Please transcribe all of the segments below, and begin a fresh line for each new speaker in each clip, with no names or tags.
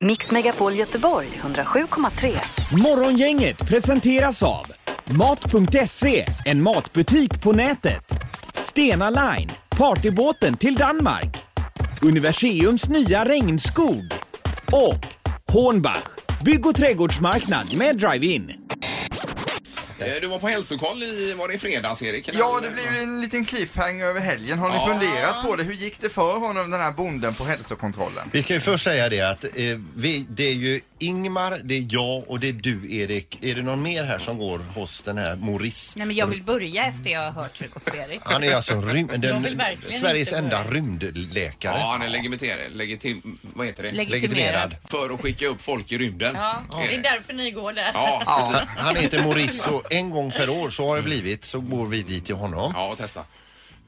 Mix Megapol Göteborg 107,3.
Morgongänget presenteras av Mat.se, en matbutik på nätet. Stena Line, partybåten till Danmark. Universiums nya regnskog. Och Hornbach, bygg och trädgårdsmarknad med drive-in.
Eh, Du var på hälsokoll i, var det i fredags Erik? Eller?
Ja, det blev ju en liten cliffhanger över helgen. Har ni
Ja.
funderat på det? Hur gick det för honom, den här bonden på hälsokontrollen?
Vi ska ju först säga det att eh, vi, det är ju Ingmar, det är jag och det är du Erik. Är det någon mer här som går hos den här Maurice?
Nej men jag vill börja efter jag har hört hur det gått för Erik.
Han är alltså rym,
Jag
den,
vill verkligen
Sveriges
inte
enda
börja.
rymdläkare.
Ja, han är legitimerad. Legitim, vad heter det?
Legitimerad.
För att skicka upp folk i rymden.
Ja, det är därför ni går där.
Ja,
Han,
precis.
han heter Maurice och en gång per år så har det blivit så går vi dit till honom.
Ja, och testa.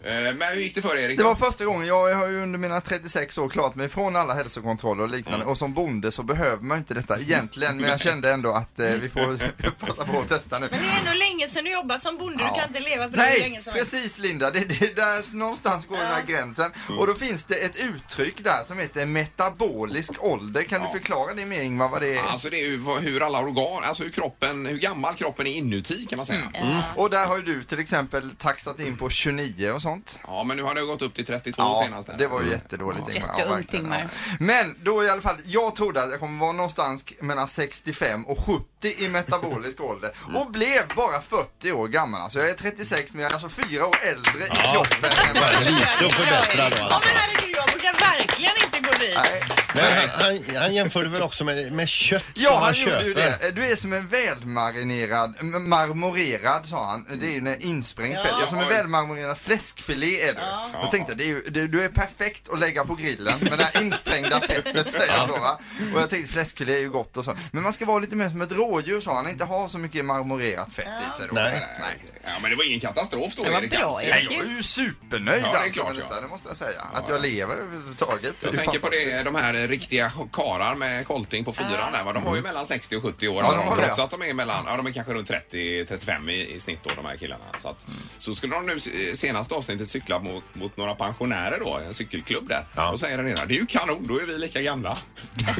Eh, Men hur gick det för Erik?
Det var första gången, jag har ju under mina 36 år klarat mig från alla hälsokontroller och liknande och som bonde så behöver man ju inte detta egentligen men jag kände ändå att eh, vi får passa på att testa nu.
Men det är ändå länge sedan du jobbat som bonde, du kan inte leva på det hur
Nej,
länge som helst.
precis Linda, det, det, där, någonstans går den här gränsen.
Mm.
Och då finns det ett uttryck där som heter metabolisk ålder. Kan du förklara det mer Ingmar vad det är?
Alltså det är ju vad- hur alla organ, alltså hur kroppen, hur gammal kroppen är inuti kan man säga.
Mm.
Och där har ju du till exempel taxat in på 29 och sånt.
Ja, men nu har det gått upp till 32 senast. här. Mm.
det var ju jättedåligt Ingmar. Ja,
Jätteungt,
verkligen.
Ingmar.
Ja. Men då i alla fall, jag trodde att jag kommer vara någonstans mellan 65 och 70 i metabolisk ålder och blev bara 40 år gammal. Alltså jag är 36 men jag är alltså fyra år äldre i kroppen. än-
Bara lite att förbättra då.
Ja
Alltså.
men herregud, jag vågar verkligen inte gå dit.
Nej.
Men han, han, han jämförde väl också med, med kött
Ja,
som man
han gjorde ju
köper.
det. Du är som en välmarinerad, m- marmorerad sa han. Det är ju en insprängd fett. Ja, som en
Oj.
välmarmorerad fläskfilé är du. Jag tänkte, det är ju, du, du är perfekt att lägga på grillen med det här insprängda fettet säger han då va. Och jag tänkte fläskfilé är ju gott och så. Men man ska vara lite mer som ett rådjur sa han, inte ha så mycket marmorerat fett i sig då.
Nej.
Nej. Ja, men det var ingen katastrof då
Det var
Erik.
bra,
alltså.
Erik.
Jag är ju supernöjd
Ja, det är
alltså
klart,
med detta,
ja.
det måste jag säga. Att jag lever överhuvudtaget.
Jag
är
tänker på
fantastiskt.
det, de här riktiga karar med kolting på fyran där va? De har ju mellan 60 och 70 år.
Mm. Ja,
de
de har det.
trots att de är mellan, ja de är kanske runt 30-35 i, i snitt då de här killarna. Så, att,
Mm.
så skulle de nu eh, senaste avsnittet cykla mot, mot några pensionärer då, en cykelklubb där.
Ja.
Och säger den ena, det är ju kanon, då är vi lika gamla.
Ja,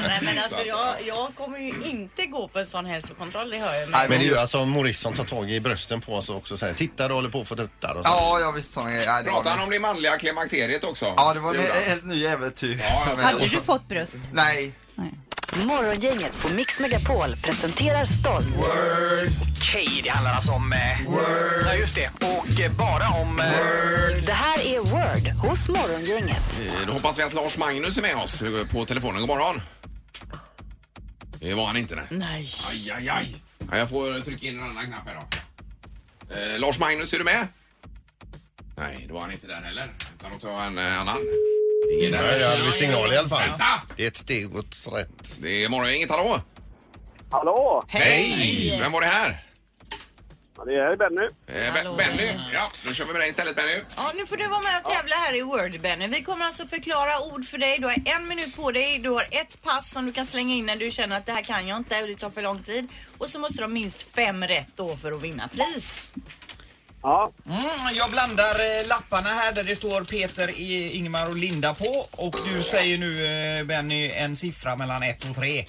nej, men alltså, jag, jag kommer ju inte gå på en sån hälsokontroll, det hör jag.
Nej,
Men det är ju
just-
alltså Maurice som tar tag i brösten på oss och också säger titta du håller på att få tuttar och så.
Ja, jag visste sådana grejer. Ja, det var
Pratar
en-
han om det manliga klimakteriet också?
Ja, det var en
gjorde han.
helt ny äventyr.
Ja, ja,
Hade du fått bröst?
Nej,
Morgongänget på Mix Megapol presenterar stolt
Okej, det handlar alltså om... Eh, ja, just det. Och eh, bara om... Eh,
Det här är Word hos Morgongänget.
Eh, Då hoppas vi att Lars Magnus är med oss eh, på telefonen. God morgon. Det var han inte nej.
Nej.
Aj, aj, aj. Ja, jag får trycka in en annan knapp här då. Eh, Lars Magnus, är du med? Nej, det var han inte där heller. Utan då tar jag en eh, annan. Ingen
Nej, det
där.
hade vi signal i alla fall.
Vänta!
Det är ett steg åt rätt.
Det är morgongänget, hallå!
Hallå!
Hej! Vem var det här?
Ja, Det är Benny.
Eh, Be-
Hallå.
Benny? Ja, då kör vi med dig istället Benny.
Ja, nu får du vara med och tävla här i Word, Benny. Vi kommer alltså förklara ord för dig. Du har en minut på dig. Du har ett pass som du kan slänga in när du känner att det här kan jag inte, det tar för lång tid. Och så måste du ha minst fem rätt då för att vinna pris.
Ja,
Mm, jag blandar eh, lapparna här där det står Peter, I- Ingmar och Linda på. Och du säger nu eh, Benny en siffra mellan 1 och 3.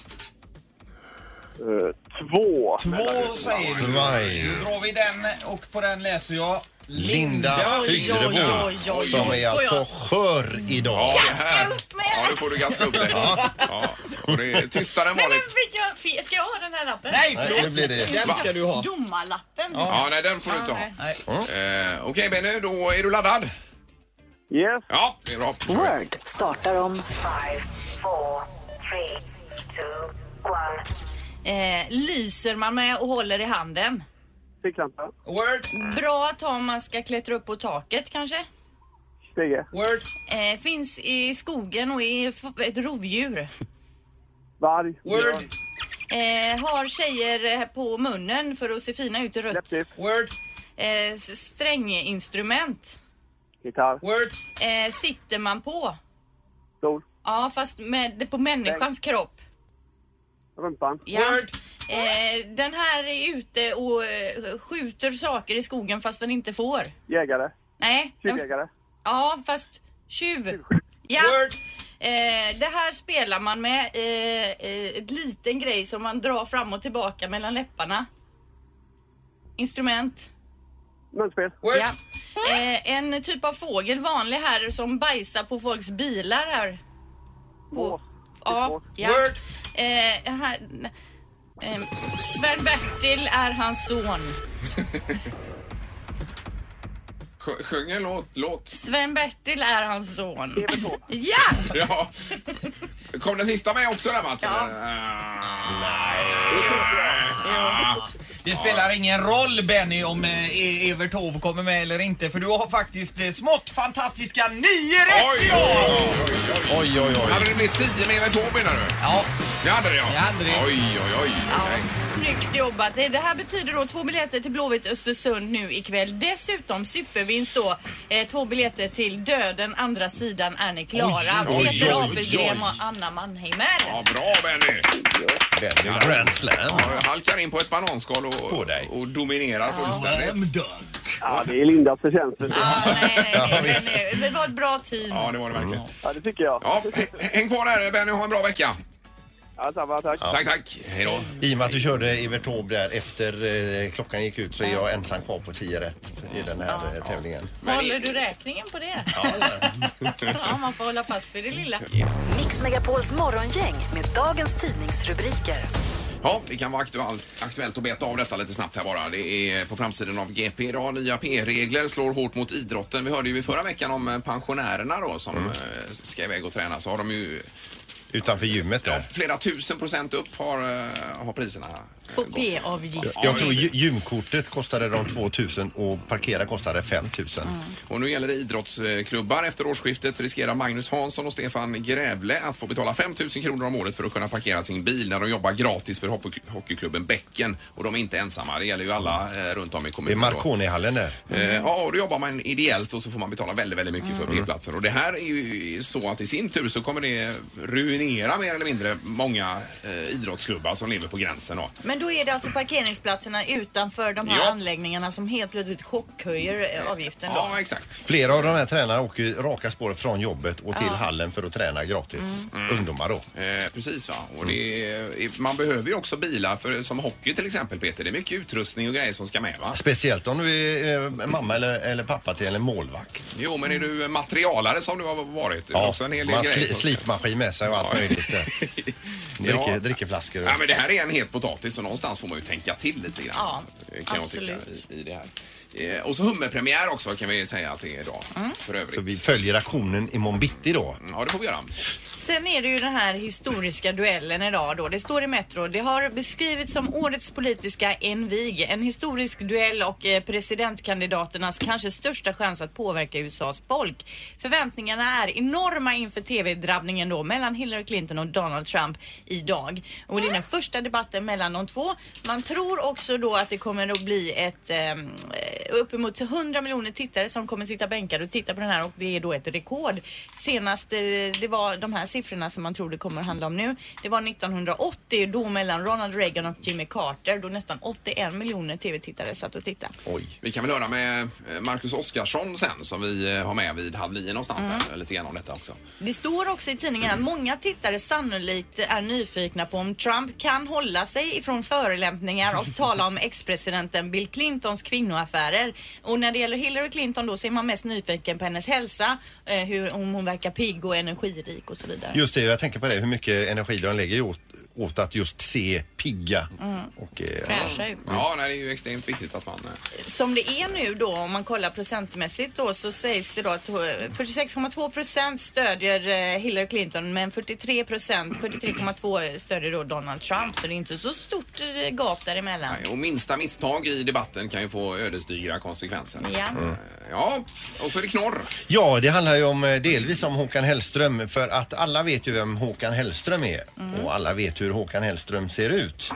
eh, två.
Två säger du.
Svaj.
Då drar vi den och på den läser jag
Linda
Oj, oj, oj, oj,
Fyrebo
oj.
som är
Får jag-
alltså skör idag.
det
Gaska
här-
upp mig.
Ja, nu får du gaska upp dig. Ja. Och det är tystare
Men
än
nu
vanligt.
fick jag fel. Ska jag ha den här lappen?
Nej,
Nej, nu
förlåt!
blir det...
Den ska du ha.
Domarlappen.
Ja, nej, den får du inte ha. Eh,
Nej.
Okej Benny, då är du laddad?
Yes.
Ja, det är bra.
Word startar om
Eh, lyser man med och håller i handen.
Till exempel.
Word,
Bra att ha om man ska klättra upp på taket kanske.
Stege.
word,
Eh, finns i skogen och är f- ett rovdjur.
Varg.
word,
Eh, har tjejer eh, på munnen för att se fina ut i rött.
Läppstift.
word,
Eh, s- stränginstrument.
Gitarr.
word,
Eh, sitter man på.
Stol.
Ja, fast med, på människans kropp.
Rumpan.
Ja.
word,
Eh, den här är ute och eh, skjuter saker i skogen fast den inte får.
Jägare.
Nej. den-
Tjuvjägare.
Ja, fast tjuv. Ja.
word,
Eh, det här spelar man med eh, eh, en liten grej som man drar fram och tillbaka mellan läpparna. Instrument.
Munspel.
Word.
Ja. Eh, en typ av fågel, vanlig här, som bajsar på folks bilar här. På,
Ås.
ja,
Ås.
ja.
Word.
Eh, här, eh, Sven-Bertil är hans son.
Sj- Sjung en låt. låt.
Sven-Bertil är hans son.
TV2.
Ja!
Ja. Kom den sista med också där Mats?
Ja.
Nej.
Det spelar ingen roll Benny om eh, E- Evert Taube kommer med eller inte för du har faktiskt eh, smått fantastiska nio
Oj,
rätt
oj,
i år!
oj, oj, oj.
Oj, oj, oj.
Hade det blivit 10 med Evert Taube menar du?
Ja,
Det hade det ja.
Det hade det.
Oj, oj, oj.
Ja,
Nej.
snyggt jobbat. Det det här betyder då två biljetter till Blåvitt Östersund nu ikväll. Dessutom supervinst då. Eh, två biljetter till Döden, andra sidan är ni klara.
Oj, oj,
Peter
oj,
Apelgren
oj.
och Anna Mannheimer.
Ja, bra Benny.
Benny Grand Slam.
Ja, jag halkar in på ett bananskal och,
På dig.
och dominerar fullständigt.
Ja, det är Lindas förtjänst. vet du.
Ah, nej, nej, nej, nej, nej. Vi var ett bra team.
Ja, det var det verkligen.
Ja, det tycker jag.
Ja, h- häng kvar där Benny och ha en bra vecka.
Ja, samma. Tack.
Tack, tack. Hej då.
I och med att du körde Evert Taube där efter eh, klockan gick ut så är jag ensam kvar på 10 rätt i den här eh, tävlingen.
Håller du räkningen på det? ja, man får hålla fast vid det lilla.
Mix Megapols morgongäng med dagens tidningsrubriker.
Ja, det kan vara aktuellt, aktuellt att beta av detta lite snabbt här bara. Det är på framsidan av GP idag. Nya PR-regler slår hårt mot idrotten. Vi hörde ju i förra veckan om eh, pensionärerna då som
Mm.
eh, ska iväg och träna. Så har de ju
Utanför gymmet ja.
flera tusen procent upp har, eh, har priserna. eh,
På
gått.
B-avgift.
Jag tror gy- gymkortet kostade de 2000 och parkera kostade 5000.
Mm.
Och nu gäller det idrottsklubbar. Efter årsskiftet riskerar Magnus Hansson och Stefan Grävle att få betala 5 000 kronor om året för att kunna parkera sin bil när de jobbar gratis för hockey- hockeyklubben Bäcken. Och de är inte ensamma. Det gäller ju alla eh, runt om i
Det är
kommunen. då.
Marconihallen där.
Eh, Ja, och då jobbar man ideellt och så får man betala väldigt, väldigt mycket
Mm.
för p-platsen. Och det här är ju så att i sin tur så kommer det ruinera mer eller mindre många eh, idrottsklubbar som lever på gränsen då.
Men då är det alltså parkeringsplatserna utanför de här
Ja.
anläggningarna som helt plötsligt chockhöjer eh, avgiften då.
Ja, exakt.
Flera av de här tränarna åker ju raka spåret från jobbet och till hallen för att träna gratis.
Mm.
Ungdomar då.
Eh, precis va.
Mm.
Och det är, man behöver ju också bilar för, som hockey till exempel Peter. Det är mycket utrustning och grejer som ska med va?
Speciellt om du är eh, mamma eller, eller pappa till en målvakt.
Jo men är du materialare som du har varit? Ja, också en hel del
man
grejer.
Mm. sli,
som-
slipmaskin med sig och allt möjligt. där. Dricker,
Ja.
Drickeflaskor. och-
Ja, men det här är en het potatis så någonstans får man ju tänka till lite grann.
Ja,
Kan jag
absolut.
tycka i, i det här. Eh, och så hummerpremiär också kan vi säga att det är idag.
Mm.
För övrigt. Mm,
Så vi följer aktionen imorgon bitti då.
Ja, det får vi göra.
Sen är det ju den här historiska duellen idag då. Det står i Metro. Det har beskrivits som årets politiska envig. En historisk duell och eh, presidentkandidaternas kanske största chans att påverka USAs folk. Förväntningarna är enorma inför TV-drabbningen då mellan Hillary Clinton och Donald Trump idag. Och det är den första debatten mellan de två. Man tror också då att det kommer att bli ett ehm, eh, uppemot 100 miljoner tittare som kommer sitta bänkade och titta på den här och det är då ett rekord. Senast eh, det var de här siffrorna som man tror det kommer att handla om nu. Det var 1980 då mellan Ronald Reagan och Jimmy Carter då nästan 81 miljoner tv-tittare satt och tittade.
Oj.
Vi kan väl höra med eh, Marcus Oskarsson sen som vi eh, har med vid halv nio någonstans
Mm.
där. Lite grann om detta också.
Det står också i tidningen att många tittare sannolikt är nyfikna på om Trump kan hålla sig ifrån förolämpningar och tala om ex-presidenten Bill Clintons kvinnoaffärer. Och när det gäller Hillary Clinton då så är man mest nyfiken på hennes hälsa, eh, hur, om hon verkar pigg och energirik och så vidare.
Just det, jag tänker på det. Hur mycket energi de lägger åt, åt att just se pigga. Och, eh,
Fräscha ut.
Ja, nej, det är ju extremt viktigt att man... eh,
Som det är nu då om man kollar procentmässigt då så sägs det då att eh, 46,2 procent stödjer eh, Hillary Clinton men 43 procent, 43,2 stödjer då Donald Trump så det är inte så stort eh, gap däremellan.
Nej, och minsta misstag i debatten kan ju få ödesdigra konsekvenser.
Ja.
Eh, Ja, och så är det knorr.
Ja, det handlar ju om, eh, delvis om Håkan Hellström för att alla vet ju vem Håkan Hellström är och alla vet hur Håkan Hellström ser ut.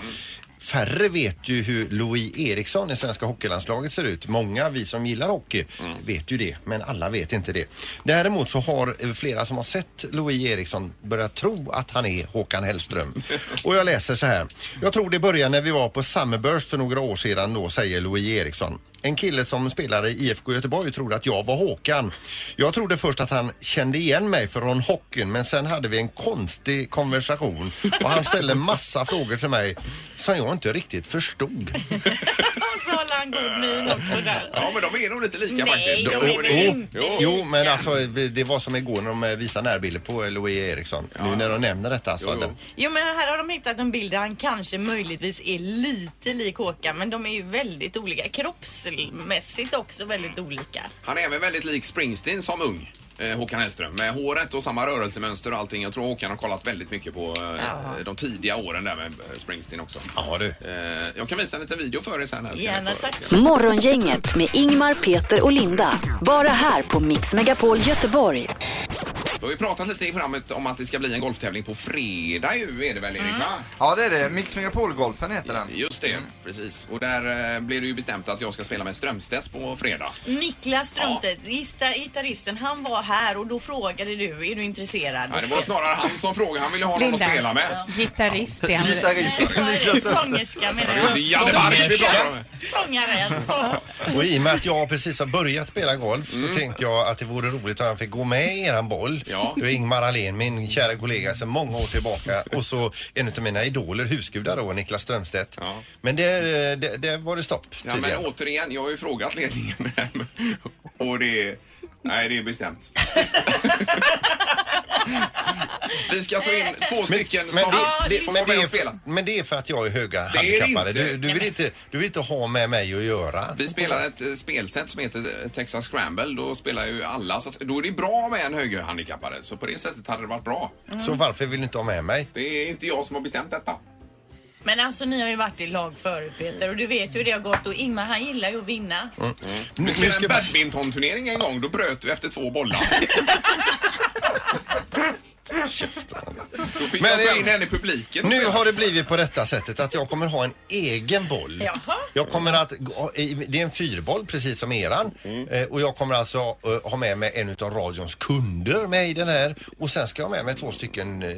Färre vet ju hur Louis Eriksson i svenska hockeylandslaget ser ut. Många, vi som gillar hockey, vet ju det, men alla vet inte det. Däremot så har eh, flera som har sett Louis Eriksson börjat tro att han är Håkan Hellström. Och jag läser så här. Jag tror det började när vi var på Summerburst för några år sedan då, säger Louis Eriksson. En kille som spelade i IFK Göteborg trodde att jag var Håkan. Jag trodde först att han kände igen mig från hockeyn men sen hade vi en konstig konversation och han ställde massa frågor till mig som jag inte riktigt förstod.
Och så håller han god min också där.
Ja, men de är nog lite lika
Nej,
faktiskt.
de
Jo,
är
det-
Jo,
inte
jo.
jo, men alltså det var som igår när de visade närbilder på Louis Eriksson. Nu när de nämner detta så
Jo,
att
jo.
den-
Jo men här har de hittat en bild där han kanske möjligtvis är lite lik Håkan men de är ju väldigt olika. Kroppsmässigt också väldigt olika.
Han är även väldigt lik Springsteen som ung. eh, Håkan Hellström med håret och samma rörelsemönster och allting. Jag tror Håkan har kollat väldigt mycket på eh,
Ja.
de tidiga åren där med eh, Springsteen också.
Ja du.
Eh, Jag kan visa en liten video för er sen. Här. ska ni
Gärna,
få-
tack.
Morgongänget med Ingmar, Peter och Linda. Bara här på Mix Megapol Göteborg.
Då har vi pratat lite i programmet om att det ska bli en golftävling på fredag ju, är det väl Erik? va?
Ja, det är det. Mix Megapol-golfen heter den.
Just det, precis. Och där eh, blev det ju bestämt att jag ska spela med Strömstedt på fredag.
Niklas Strömstedt, gista- gitarristen, han var här och då frågade du, är du intresserad?
Nej, det var snarare han som frågade. Han ville ha någon att
Linda.
spela med.
Gitarrist är han.
Gitarrist. Eh,
Nej, Sångerska menar
Det är inte
jag. alltså.
Janne Bark vi pratar om.
Sångaren. Så.
Och i och med att jag precis har börjat spela golf så tänkte jag att det vore roligt om jag fick gå med i eran boll.
Mm. Ja.
Det var Ingmar Ahlén, min kära kollega sedan många år tillbaka och så en av mina idoler, husgudar då, Niklas Strömstedt.
Ja.
Men där, där, där var det stopp
Ja, men
tydligen.
återigen, jag har ju frågat ledningen här. och det... Nej, det är bestämt. Vi ska ta in två stycken
men
som
det- det-
får
men
vara med
det
och
är för-
spela.
men det är för att jag är höga
Det är det
handikappare.
inte.
Du, du, vill inte, du vill inte ha med mig att göra.
Vi spelar ett eh, spelsätt som heter eh, Texas Scramble. Då spelar ju alla. Så att- då är det bra med en högerhandikappare. Så på det sättet hade det varit bra.
Så varför vill du inte ha med mig?
Det är inte jag som har bestämt detta.
Men alltså ni har ju varit i lag förut Peter och du vet ju hur det har gått och Ingmar han gillar ju att vinna.
Mm.
Vi
Nu
spelade
ska
en
vi-
badmintonturnering en gång. Då bröt du efter två bollar. Då fick
Men
jag ta
jag-
in en i publiken. och
Nu
spela.
har det blivit på detta sättet att jag kommer ha en egen boll.
Jaha.
Jag kommer att, gå- det är en fyrboll precis som eran
Mm.
Eh, och jag kommer alltså eh, ha med mig en utav radions kunder med i den här och sen ska jag ha med mig två stycken eh, eh,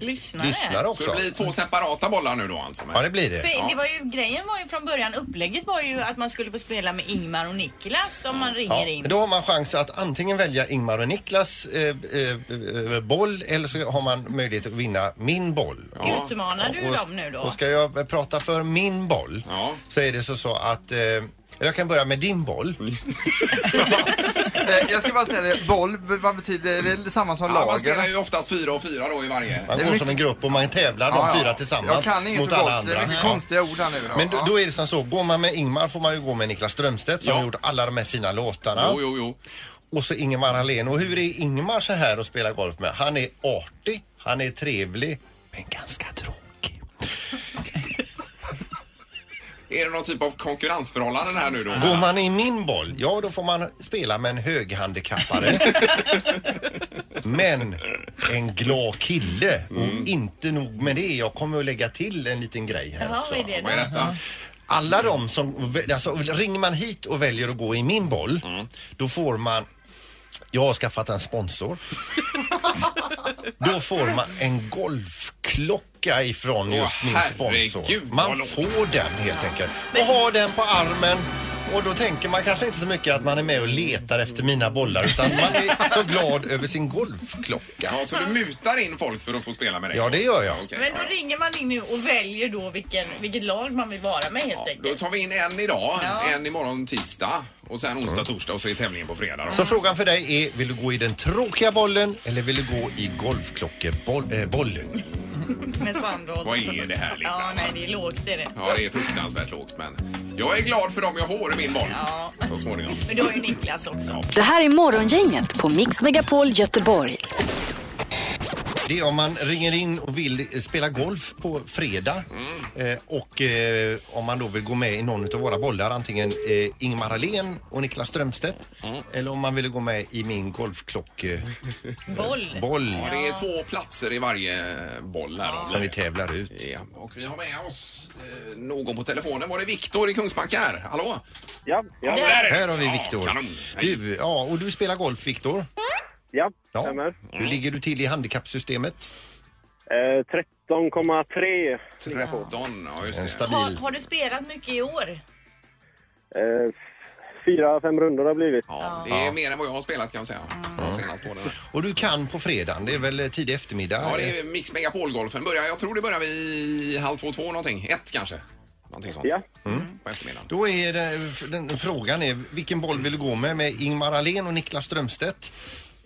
Lyssnare.
lyssnare
Så
också.
det blir två separata bollar nu då alltså?
Ja det blir det.
För det var ju, grejen var ju från början, upplägget var ju att man skulle få spela med Ingmar och Niklas om man ringer
Ja,
in.
men då har man chans att antingen välja Ingmar och Niklas eh, eh, eh, boll eller så har man möjlighet att vinna min boll.
Utmanar du
Och-
dem nu då?
Och ska jag prata för min boll
Ja.
så är det så, så att... Eh, eller jag kan börja med din boll.
Mm.
Eh, Jag ska bara säga det, boll, vad betyder det? Är det samma som
Ja, man
lag
spelar
eller?
ju oftast fyra och fyra då i varje.
Man
Det är
går
mycket-
som en grupp och man tävlar de
Ja, ja.
fyra tillsammans
Jag kan inget
mot
för
alla
golf, det
andra.
är mycket
Ja.
konstiga ord här nu. då.
Men då,
Ja.
då är det som så, går man med Ingmar får man ju gå med Niklas Strömstedt som
Ja.
har gjort alla de här fina låtarna.
Jo, jo, jo.
Och så Ingemar Ahlén. Och hur är Ingmar så här att spela golf med? Han är artig, han är trevlig, men ganska tråkig.
Är det någon typ av konkurrensförhållanden här nu då?
Går man i min boll, ja då får man spela med en höghandikappare. Men en glad kille.
Mm.
Och inte nog med det, jag kommer att lägga till en liten grej här
Jaha,
också.
vad är det
Vad är
då?
detta?
Alla de som, väl- alltså ringer man hit och väljer att gå i min boll,
Mm.
då får man jag har skaffat en sponsor. Då får man en golfklocka ifrån just min
Åh,
sponsor.
herregud, vad
Man
långt.
får den helt enkelt. Och har den på armen. Och då tänker man kanske inte så mycket att man är med och letar efter mina bollar utan man är så glad över sin golfklocka.
Ja, så du mutar in folk för att få spela med dig?
Ja, det gör jag.
Okej,
Men då
ja.
ringer man in nu och väljer då vilken, vilket lag man vill vara med helt
Då
enkelt.
tar vi in en idag, en imorgon tisdag och sen onsdag, torsdag och så är tävlingen på fredag. Då.
Mm. Så frågan för dig är, vill du gå i den tråkiga bollen eller vill du gå i eh, golfklockebollen?
Med Sandholt.
Vad är det här, Linda?
Ja, nej det är lågt det är det.
Ja, det är fruktansvärt lågt men jag är glad för dem jag får i min boll
Ja.
så småningom.
Men då är ju Niklas också.
Det här är Morgongänget på Mix Megapol Göteborg.
Det är om man ringer in och vill spela golf på fredag eh, och eh, om man då vill gå med i någon av våra bollar antingen eh, Ingmar Ahlén och Niklas Strömstedt eller om man vill gå med i min eh, golfklockeboll
Boll.
Ja, det är två platser i varje boll här. då.
som vi tävlar ut.
Ja, och vi har med oss eh, någon på telefonen. Var det Viktor i Kungsbacka här? Hallå?
Ja, ja,
Här har vi
Ja,
Viktor.
kanon.
Du, ja, och du spelar golf Viktor.
ja.
Ja.
Stämmer.
Hur ligger du till i handikappsystemet?
Eh, 13,3.
13, ja just
En
det.
stabil...
Har, har du spelat mycket i år?
Eh, fyra, fem runder har det blivit.
Ja, det är mer än vad jag har spelat kan jag säga. De senaste åren.
Och du kan på fredagen, det är väl tidig eftermiddag?
Ja, det är Mix Megapol-golfen. Börjar, jag tror det börjar vid halv två, två någonting. Ett kanske. Någonting sånt.
Ja.
Mm.
På eftermiddagen.
Då är det, den, frågan är vilken boll vill du gå med? Med Ingmar Ahlén och Niklas Strömstedt?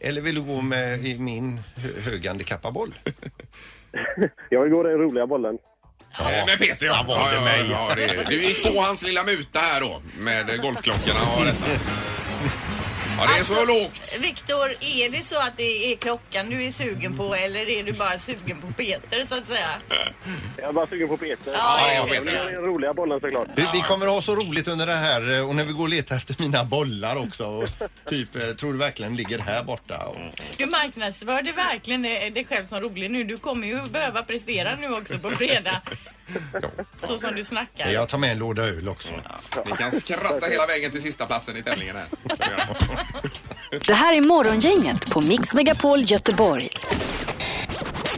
Eller vill du gå med i min hö- höghandikappaboll?
Jag vill gå den roliga bollen.
Eh, Med Peter ja. ja, ja, ja, det, du gick på hans lilla muta här då med eh, golfklockorna och detta. Ja, det är så lågt.
Viktor, är det så att det är klockan du är sugen på eller är du bara sugen på Peter så att säga?
Jag är bara sugen på Peter.
Ja,
det är jag,
Jag vill
Peter.
ha den roliga bollen såklart.
Vi, vi kommer att ha så roligt under det här eh, och när vi går och letar efter mina bollar också. Och typ, eh, tror du verkligen ligger här borta? Och,
Du marknadsförde verkligen eh, dig själv som rolig nu. Du kommer ju behöva prestera nu också på fredag. Så som du snackar.
jag tar med en låda öl också.
Ni kan skratta hela vägen till sista platsen i tävlingen här.
Det här är Morgongänget på Mix Megapol Göteborg.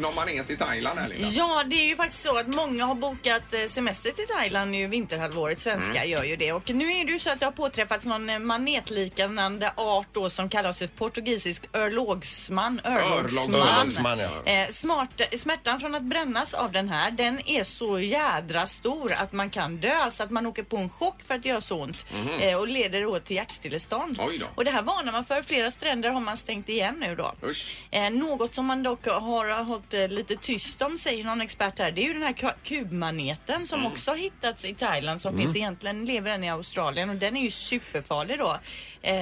Någon man är till Thailand här Linda.
Ja, det är ju faktiskt så att många har bokat eh, semester till Thailand nu vinterhalvåret. Svenskar gör ju det. Och nu är det ju så att jag har påträffats någon eh, manetliknande art då som kallas för portugisisk örlogsman. Örlogsman.
Örlogsman, ja.
Eh, smart, smärtan från att brännas av den här, den är så jädra stor att man kan dö. Så att man åker på en chock för att det gör så ont eh, och leder då till hjärtstillestånd.
Oj då.
Och det här varnar man för. Flera stränder har man stängt igen nu då.
Usch.
Eh, något som man dock har hållit eh, lite tyst om säger någon expert här. Det är ju den här ku- kubmaneten
Mm.
som också har hittats i Thailand som finns egentligen lever den i Australien och den är ju superfarlig då eh,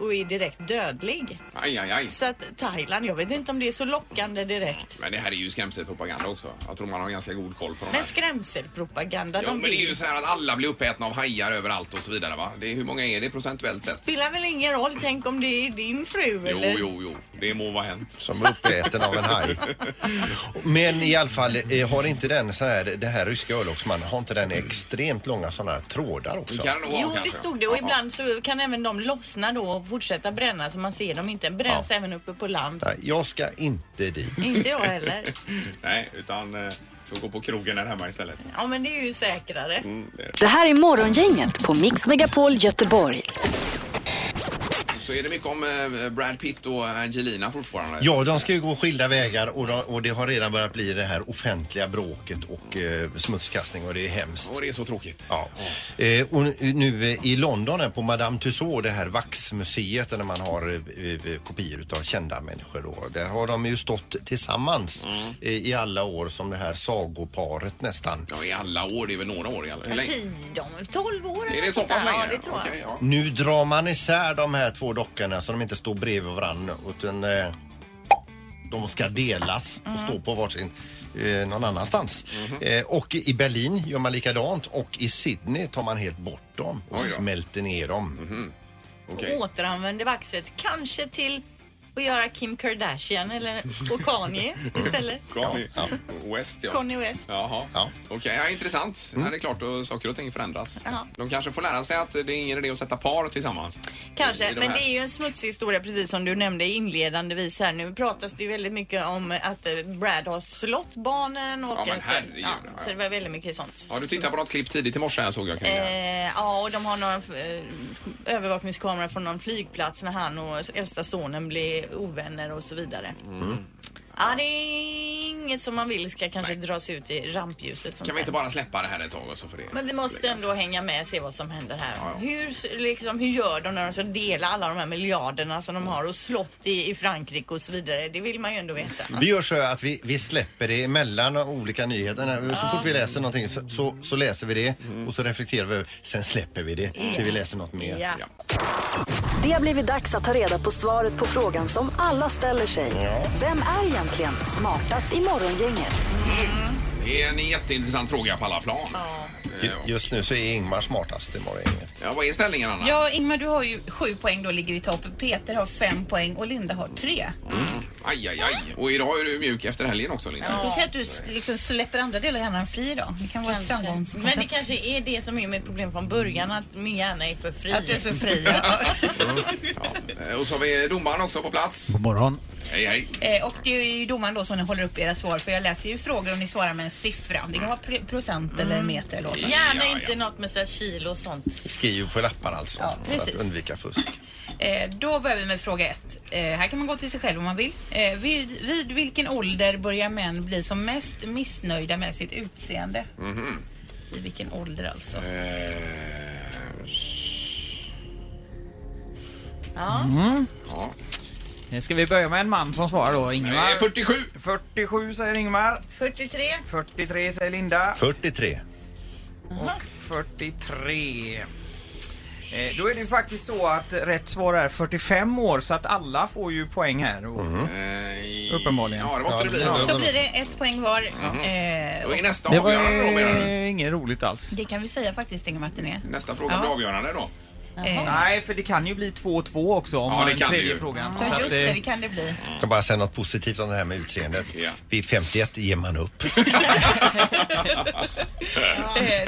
och är direkt dödlig.
Aj, aj, aj.
Så att Thailand, jag vet inte om det är så lockande direkt.
Men det här är ju skrämselpropaganda också. Jag tror man har ganska god koll på de
Men
här.
skrämselpropaganda,
Ja,
de
men det är ju
vill.
så här att alla blir uppätna av hajar överallt och så vidare va? Det är, hur många är det procentuellt sett?
Spelar väl ingen roll, tänk om det är din fru
Jo,
eller?
jo, jo. Det må vara hänt.
Som var uppäten av en haj. Men i alla fall, eh, har inte den så här, det här ryska örlogsmannen, har inte den extremt långa sådana trådar
Det
också?
kan det nog vara
Jo, det
kanske.
stod det och
Ja, ja.
ibland så kan även de lossna då och fortsätta bränna så man ser dem inte. Bränns även uppe på land.
Nej, Jag ska inte dit.
Inte jag heller.
Nej, utan eh, får gå på krogen här hemma istället.
Ja, men det är ju säkrare.
Mm,
Det här är Morgongänget på Mix Megapol Göteborg.
Så är det mycket om eh, Brad Pitt och Angelina fortfarande?
Ja, de ska ju gå skilda vägar och, de, och det har redan börjat bli det här offentliga bråket och eh, smutskastning och det är hemskt.
Och det är så tråkigt.
Ja. Eh, och nu eh, i London här på Madame Tussauds, det här vaxmuseet där man har eh, eh, kopior utav kända människor då. Där har de ju stått tillsammans eh, i alla år som det här sagoparet nästan.
Ja, i alla år. Det är väl några år i alla fall. Länge.
Tio, 12 år
Är det så
sånt
pass
där. typ.
länge?
Ja, det tror jag.
Okej, ja.
Nu drar man isär de här två dockorna så de inte står bredvid varandra utan eh, de ska delas och stå på varsin eh, någon annanstans. Eh, och i Berlin gör man likadant och i Sydney tar man helt bort dem och
Oj då.
smälter ner dem.
Okej.
Återanvänder vaxet kanske till att göra Kim Kardashian eller och Kanye istället.
Kanye West, ja.
Kanye West.
Jaha.
Ja.
Okej, ja, Mm. intressant. Ja, det är klart att saker och ting förändras.
Ja.
De kanske får lära sig att det är ingen idé att sätta par tillsammans. I-
Kanske,
i de
men
här.
det är ju en smutsig historia precis som du nämnde inledandevis här. Nu pratas det ju väldigt mycket om att eh, Brad har slått barnen och
Ja, men
att, eh,
herregud.
så det var väldigt mycket sånt.
Ja, du tittade på något klipp tidigt i morse här såg jag. Kan
Eh, ja, och de har någon eh, övervakningskamera från någon flygplats när han och äldsta sonen blir ovänner och så vidare.
Mm.
Ja, det är inget som man vill ska kanske dras ut i rampljuset. sånt
kan vi inte
där.
bara släppa det här ett tag och så får det...
Men vi måste ändå hänga med och se vad som händer här.
Ja, ja.
Hur, s- liksom, hur gör de när de ska dela alla de här miljarderna som de
Mm.
har och slott i, i Frankrike och så vidare? Det vill man ju ändå veta.
Mm.
Vi gör så att vi, vi släpper det mellan olika nyheter. Så fort vi läser någonting så, så, så läser vi det och så reflekterar vi över Sen släpper vi det till vi läser något mer.
Ja.
Ja.
Det har blivit dags att ta reda på svaret på frågan som alla ställer sig. Vem är egentligen smartast i Morgongänget?
Det är en jätteintressant fråga på alla plan. Ja.
Ju- Just nu så är Ingmar smartast i morgongänget.
Ja, vad är ställningen Anna?
Ja, Ingmar, du har ju sju poäng då, ligger i topp. Peter har fem poäng och Linda har tre.
Aj, aj, aj. Och idag är du mjuk efter helgen också, Linda.
Kanske att du s- liksom släpper andra delar av hjärnan fri då. Det kan vara ett
Men det
framgångskoncept.
kanske är det som är mitt problem från början, att min hjärna är för fri.
Att du är så fri. Ja.
Eh, Och så har vi domaren också på plats.
God morgon.
Hej, hej.
Eh, Och det är ju domaren då som håller upp era svar för jag läser ju frågor om ni svarar med en siffra. Det kan vara pre- procent eller meter eller vad som helst.
Gärna
Ja, ja.
inte något med så här kilo och sånt.
Skriv ju på lappar alltså.
Ja,
för att
precis.
undvika fusk.
Eh, Då börjar vi med fråga ett. Eh, Här kan man gå till sig själv om man vill. Eh, Vid, vid vilken ålder börjar män bli som mest missnöjda med sitt utseende? I vilken ålder alltså?
Nu Mm. ska vi börja med en man som svarar då,
Eh,
Ingemar.
47.
47 säger Ingemar,
43.
43 säger Linda
43.
och 43. Eh, Då är det ju faktiskt så att rätt svar är 45 år så att alla får ju poäng här. Och
Eh,
Uppenbarligen.
Ja, det måste det bli.
Ja,
Så blir det ett poäng var. Eh,
Då är nästa
Det var
avgörande då, menar du?
eh, inget roligt alls.
Det kan vi säga faktiskt Ingemar att den är.
Nästa fråga
Ja.
blir avgörande då.
Eh,
Nej, för det kan ju bli 2-2 också om
Ja,
man
det
har
kan det
tredje
ju.
frågan. Så
Ja,
att,
just det,
eh,
det kan det bli.
Jag kan bara säga något positivt om det här med utseendet.
Ja.
Vid 51 ger man upp.
Eh,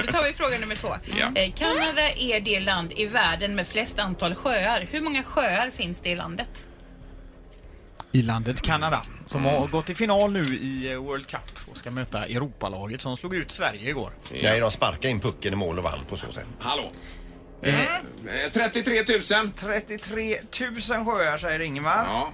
Då tar vi fråga nummer två.
Ja.
Eh, Kanada är det land i världen med flest antal sjöar. Hur många sjöar finns det i landet?
i landet Kanada som har gått till final nu i eh, World Cup och ska möta Europalaget som slog ut Sverige igår.
Nej, de sparkade in pucken i mål och vann på så sätt.
Hallå. Eh, 33 000.
33 000 sjöar säger Ingemar.
Ja.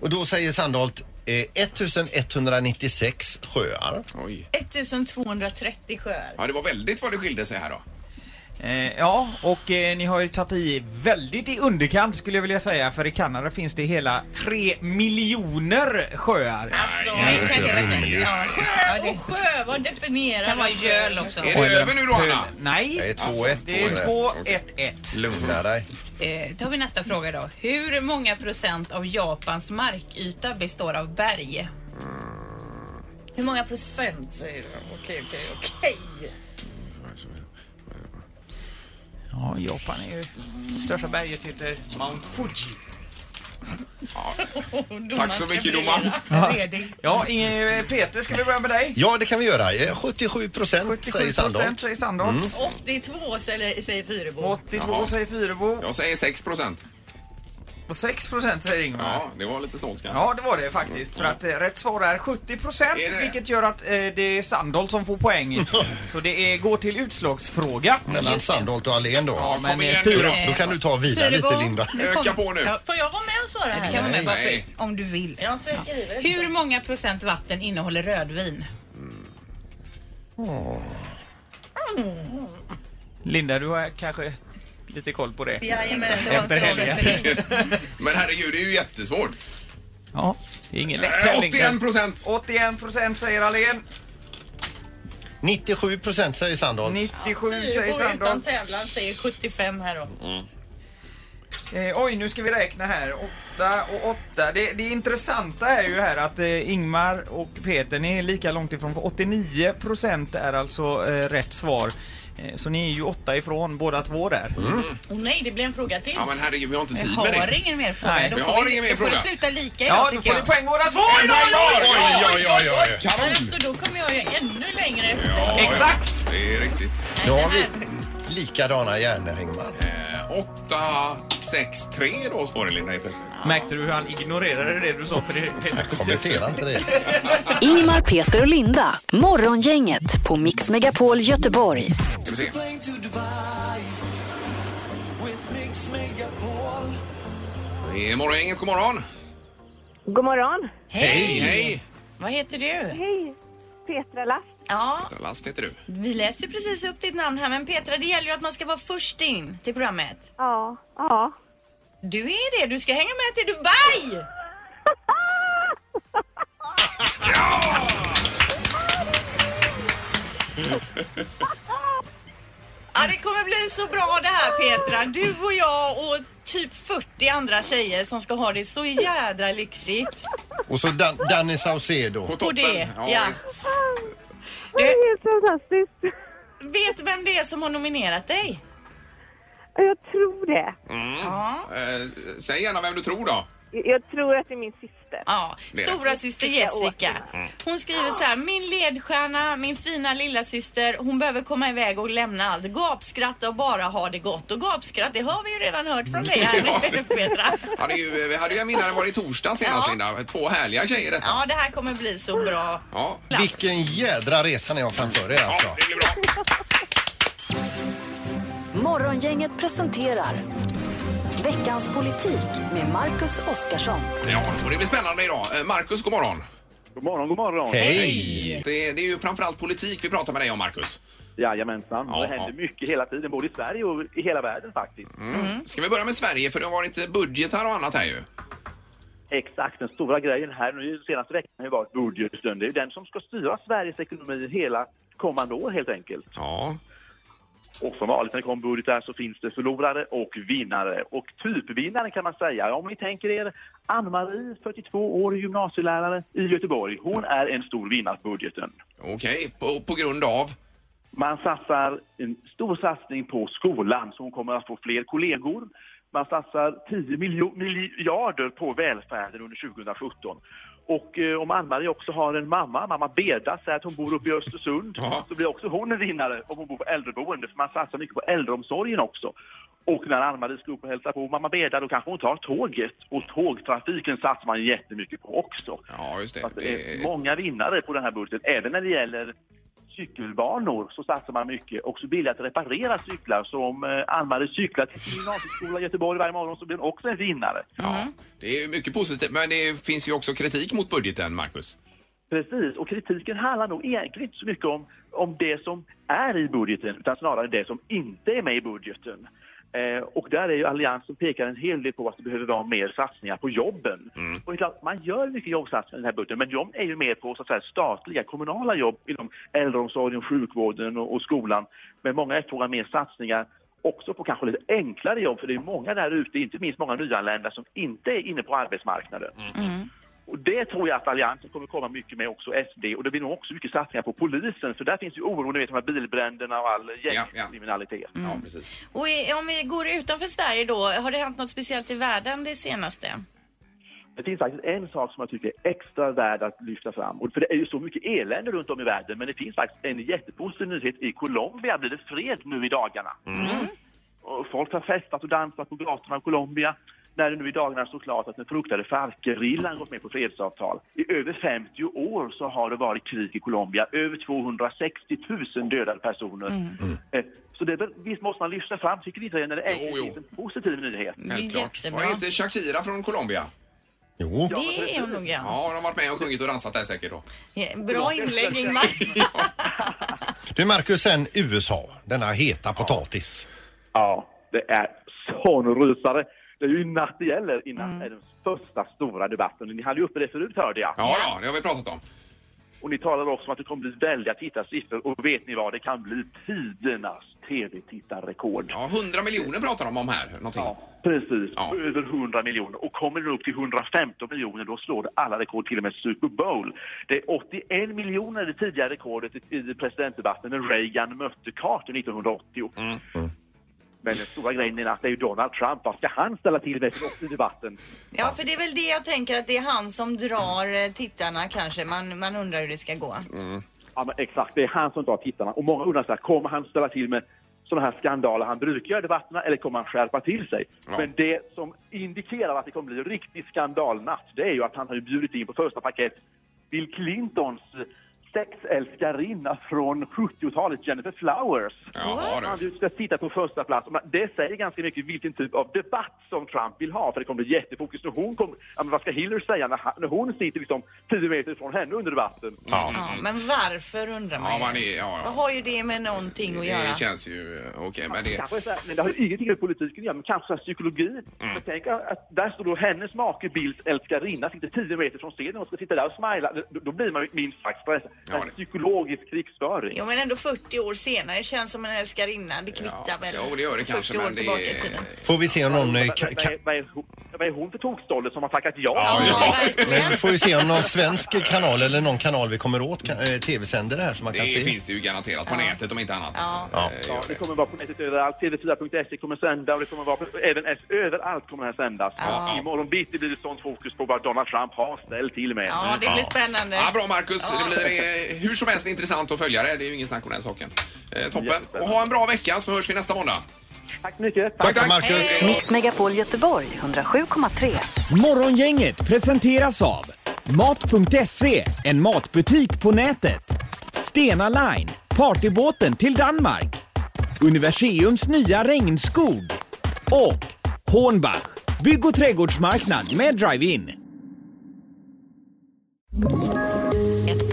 Och då säger Sandholt eh, 1196 sjöar.
Oj.
1230 sjöar.
Ja, det var väldigt vad det skilde sig här då.
Eh, ja, och eh, ni har ju tagit i väldigt i underkant skulle jag vilja säga för i Kanada finns det hela 3 miljoner sjöar.
Alltså,
Nej,
Det kanske är verkligen-
rimligt.
ja.
sjö och sjö, vad definierar
kan vara
man?
göl också.
Är det över nu då, Anna?
Det är
Nej,
2-1.
det är
på det.
2-1-1.
Lugna dig.
Eh, tar vi nästa fråga då. Hur många procent av Japans markyta består av berg?
Hur många procent säger du? Okej, okej, okej.
Ja, Japan är ju... Största berget heter Mount Fuji.
Tack så mycket, domaren.
Ja, Inge, eh, Peter, ska vi börja med dig?
Ja, det kan vi göra. Eh, 77 procent
77
säger Sandholt.
säger Sandholt.
82 säger, säger Fyrebo.
82
Mm. Jaha.
säger Fyrebo
Jag säger 6 procent.
och 6 säger Ingemar.
Ja, det var lite snålt kanske.
Ja, det var det faktiskt. För att eh, rätt svar är 70
Är det det?
vilket gör att eh, det är Sandholt som får poäng. Så det är, går till utslagsfråga.
Mellan Sandholt och Allén då.
Ja, Mm.
men,
kom igen
eh,
nu
fyra.
då.
Då kan du ta vidare
Fyrebo,
lite Linda.
nu
Öka
kom-
på nu.
Ja,
Får jag vara med och svara
du
här?
kan vara med bara
Nej.
för, om du vill.
Jag söker i det.
Hur många procent vatten innehåller rödvin?
Linda, du har kanske lite koll på det?
Jajamän.
Efter helgen.
Men herregud, det är ju jättesvårt.
Ja, det är ingen
Eh,
lätt tävling.
81 procent.
81 Äh, säger Allén.
97 procent säger Sandholt.
97 säger
Fyrebo utan
Sandholt.
tävlan säger 75 här då.
Eh, oj, nu ska vi räkna här. 8 och 8. Det, det intressanta är ju här att eh, Ingmar och Peter, ni är lika långt ifrån. För 89% är alltså eh, rätt svar. Eh, så ni är ju 8 ifrån båda två där.
Åh nej, det blir en fråga till.
Ja, men herregud, vi har inte
Jag
tid med
har
det.
ingen mer fråga.
Nej,
Då
vi
får
har ingen mer
då
fråga.
får det sluta lika
Ja,
idag
då
tycker
får ni
jag.
poäng båda två!
Oj, oj, oj, oj.
Men alltså, då kommer jag ju ännu längre efter.
Ja, ja.
Exakt.
Det är riktigt.
Då har vi likadana hjärnor, Ingmar.
Eh, 8, 6, 3 då står det Linda helt plötsligt.
Märkte du hur han ignorerade det du sa? För det,
Kommentera inte det.
Ingmar, Peter och Linda. Morgongänget på Mix Megapol Göteborg.
Ska vi se. Det är morgongänget, god morgon.
God morgon.
Hej, hej.
Vad heter du?
Hej. Petra Lass.
Ja,
Last heter du.
vi läste ju precis upp ditt namn här, men Petra, det gäller ju att man ska vara först in till programmet.
Ja. Ja.
Du är det, du ska hänga med till Dubai! Ja, det kommer bli så bra det här Petra. Du och jag och typ 40 andra tjejer som ska ha det så jädra lyxigt.
Och så Dan Danny Saucedo.
På toppen.
det, ja.
visst.
Det är helt fantastiskt.
Vet du vem det är som har nominerat dig?
Jag tror det.
Eh, säg gärna vem du tror då.
Jag tror att det är min syster.
Ja,
Det är
stora syster Jessica. Hon skriver så här, min ledstjärna, min fina lilla syster, hon behöver komma iväg och lämna allt. Gapskratta och bara ha det gott. Och gapskratt, det har vi ju redan hört från dig här nu, Petra.
Mm. Ja, det är ju, vi hade ju en vinnare var i torsdag senast,
Ja.
Linda. Två härliga tjejer detta.
Ja, det här kommer bli så bra.
Ja.
Vilken jädra resa ni har framför er alltså.
Ja, det blir bra.
Morgongänget presenterar Veckans politik med Marcus Oskarsson.
Ja, och det blir spännande idag. Eh, Marcus, god morgon.
God morgon, god morgon.
Hej!
Det, det är ju framförallt politik vi pratar med dig om, Marcus.
Jajamensan.
Ja,
det händer mycket hela tiden, både i Sverige och i hela världen faktiskt.
Mm. Ska vi börja med Sverige? För det har varit eh, budgetar och annat här ju.
Exakt, den stora grejen här nu senaste veckan har ju varit budgeten. Det är ju den som ska styra Sveriges ekonomi hela kommande år helt enkelt.
Ja.
Och som vanligt när det kommer budgetar så finns det förlorare och vinnare. Och typvinnaren kan man säga, om ni tänker er Ann-Marie, 42 år, gymnasielärare i Göteborg. Hon är en stor vinnare på budgeten.
Okej, på, på grund av?
Man satsar en stor satsning på skolan så hon kommer att få fler kollegor. Man satsar 10 miljo- miljarder på välfärden under 2017. Och eh, om Ann-Marie också har en mamma, mamma Beda, säger att hon bor uppe i Östersund,
Ja.
så blir också hon en vinnare om hon bor på äldreboende, för man satsar mycket på äldreomsorgen också. Och när Ann-Marie ska upp och hälsa på mamma Beda, då kanske hon tar tåget. Och tågtrafiken satsar man jättemycket på också.
Ja, just det.
Så att det är
Det-
många vinnare på den här budgeten. Även när det gäller cykelbanor så satsar man mycket. Också billigt att reparera cyklar. Så om eh, Ann-Marie cyklar till sin gymnasieskola i Göteborg varje morgon så blir hon också en vinnare.
Ja, det är ju mycket positivt, men det finns ju också kritik mot budgeten, Marcus.
Precis, och kritiken handlar nog egentligen inte så mycket om, om det som är i budgeten utan snarare det som inte är med i budgeten. Eh, och där är ju Alliansen pekar en hel del på att det behöver vara mer satsningar på jobben. Och det är klart, man gör mycket jobbsatsningar i den här budgeten men de är ju mer på så att säga, statliga, kommunala jobb inom äldreomsorgen, sjukvården och, och skolan. Men många efterfrågar mer satsningar också på kanske lite enklare jobb för det är många där ute, inte minst många nyanlända som inte är inne på arbetsmarknaden. Och det tror jag att Alliansen kommer komma mycket med också, SD. Och det blir nog också mycket satsningar på polisen, för där finns ju oro, ni vet, de här bilbränderna och all
ja.
gängkriminalitet.
Ja, precis.
Och i- om vi går utanför Sverige då, har det hänt något speciellt i världen det senaste?
Det finns faktiskt en sak som jag tycker är extra värd att lyfta fram. Och för det är ju så mycket elände runt om i världen, men det finns faktiskt en jättepositiv nyhet. I Colombia blir det fred nu i dagarna.
Mm.
Och folk har festat och dansat på gatorna i Colombia när det nu i dagarna står klart att den fruktade FARC-gerillan gått med på fredsavtal. I över 50 år så har det varit krig i Colombia. Över 260 000 dödade personer.
Mm.
Eh, Så det är väl, visst måste man lyfta fram, tycker ni inte det, när det är
Jo, jo.
en positiv nyhet?
Självklart.
Jättebra.
Var inte Shakira från Colombia?
Jo.
Det är hon nog ja.
Ja, de har varit med och sjungit och dansat där säkert då.
Ja, Bra inlägg Ingmar.
Du Marcus, sen USA. Denna heta potatis.
Ja, det är sån rusare. Det är ju i natt det gäller. Innan är den första stora debatten. Ni hade ju uppe det förut hörde jag.
Ja, ja, det har vi pratat om.
Och ni talade också om att det kommer bli väldiga tittarsiffror. Och vet ni vad? Det kan bli tidernas tv-tittarrekord.
Ja, 100 miljoner pratar de om här. Någonting.
Ja, Precis,
Ja.
över 100 miljoner. Och kommer det upp till 115 miljoner då slår det alla rekord, till och med Super Bowl. Det är 81 miljoner det tidigare rekordet i- i presidentdebatten när Reagan mötte Carter 1980.
Mm.
Men den stora grejen i natt är ju Donald Trump. Vad ska han ställa till med för något i debatten?
Ja, för det är väl det jag tänker att det är han som drar eh, tittarna kanske. Man, man undrar hur det ska gå.
Ja, men exakt, det är han som tar tittarna. Och många undrar så här, kommer han ställa till med sådana här skandaler han brukar göra i debatterna eller kommer han skärpa till sig?
Ja.
Men det som indikerar att det kommer bli en riktig skandalnatt det är ju att han har ju bjudit in på första paket Bill Clintons sexälskarinna från 70-talet, Jennifer Flowers.
Jaha,
Han
du.
ska sitta på första plats. Men Det säger ganska mycket vilken typ av debatt som Trump vill ha. För det kommer bli jättefokus. När hon kommer, ja, men vad ska Hillary säga när, han- när hon sitter liksom 10 meter från henne under debatten?
Ja, men varför undrar man
Ja,
ju.
man är, ja,
Vad
ja.
har ju det med någonting att göra?
Det känns ju... eh, Okej, men det...
Kanske så här, men det har ju ingenting med politiken att göra, men kanske så här psykologi. Mm. Tänk att där står då hennes make Bills älskarinna, sitter 10 meter från scenen och ska sitta där och smila. Då- Då blir man ju minst sagt stressad.
Ja, det-
en psykologisk krigsföring.
Jo men ändå 40 år senare känns som en älskarinna. Det kvittar
Ja,
väl.
jo, det gör det kanske,
40 år
men det
tillbaka i
är-
tiden.
Får vi se om någon... eh, ka-
Vad-
ka-
vad- vad är hon- Vad är hon för tokstolle som har tackat ja?
Ja,
ja.
verkligen.
Men vi får ju se om någon svensk kanal eller någon kanal vi kommer åt kan, eh, tv-sänder det här som man kan
Det
se.
finns det ju garanterat på nätet om inte annat.
Ja.
Ja.
Eh,
Ja,
gör
det
det.
kommer vara på nätet överallt. TV4.se kommer sända och det kommer vara på, även S, överallt kommer det här sändas.
Ja.
Imorgon bitti blir det sånt fokus på vad Donald Trump har ställt till med.
Ja, det blir spännande.
Ja, bra Marcus, det blir eh, hur som helst intressant att följa det. Det är ju ingen snack om den saken. Eh, toppen. Och ha en bra vecka så hörs vi nästa måndag.
Tack så mycket.
Tack,
tack.
Marcus.
Mix Megapol Göteborg 107,3.
Morgongänget presenteras av Mat.se, en matbutik på nätet. Stena Line, partybåten till Danmark. Universiums nya regnskog. Och Hornbach, bygg och trädgårdsmarknad med drive-in.
Ett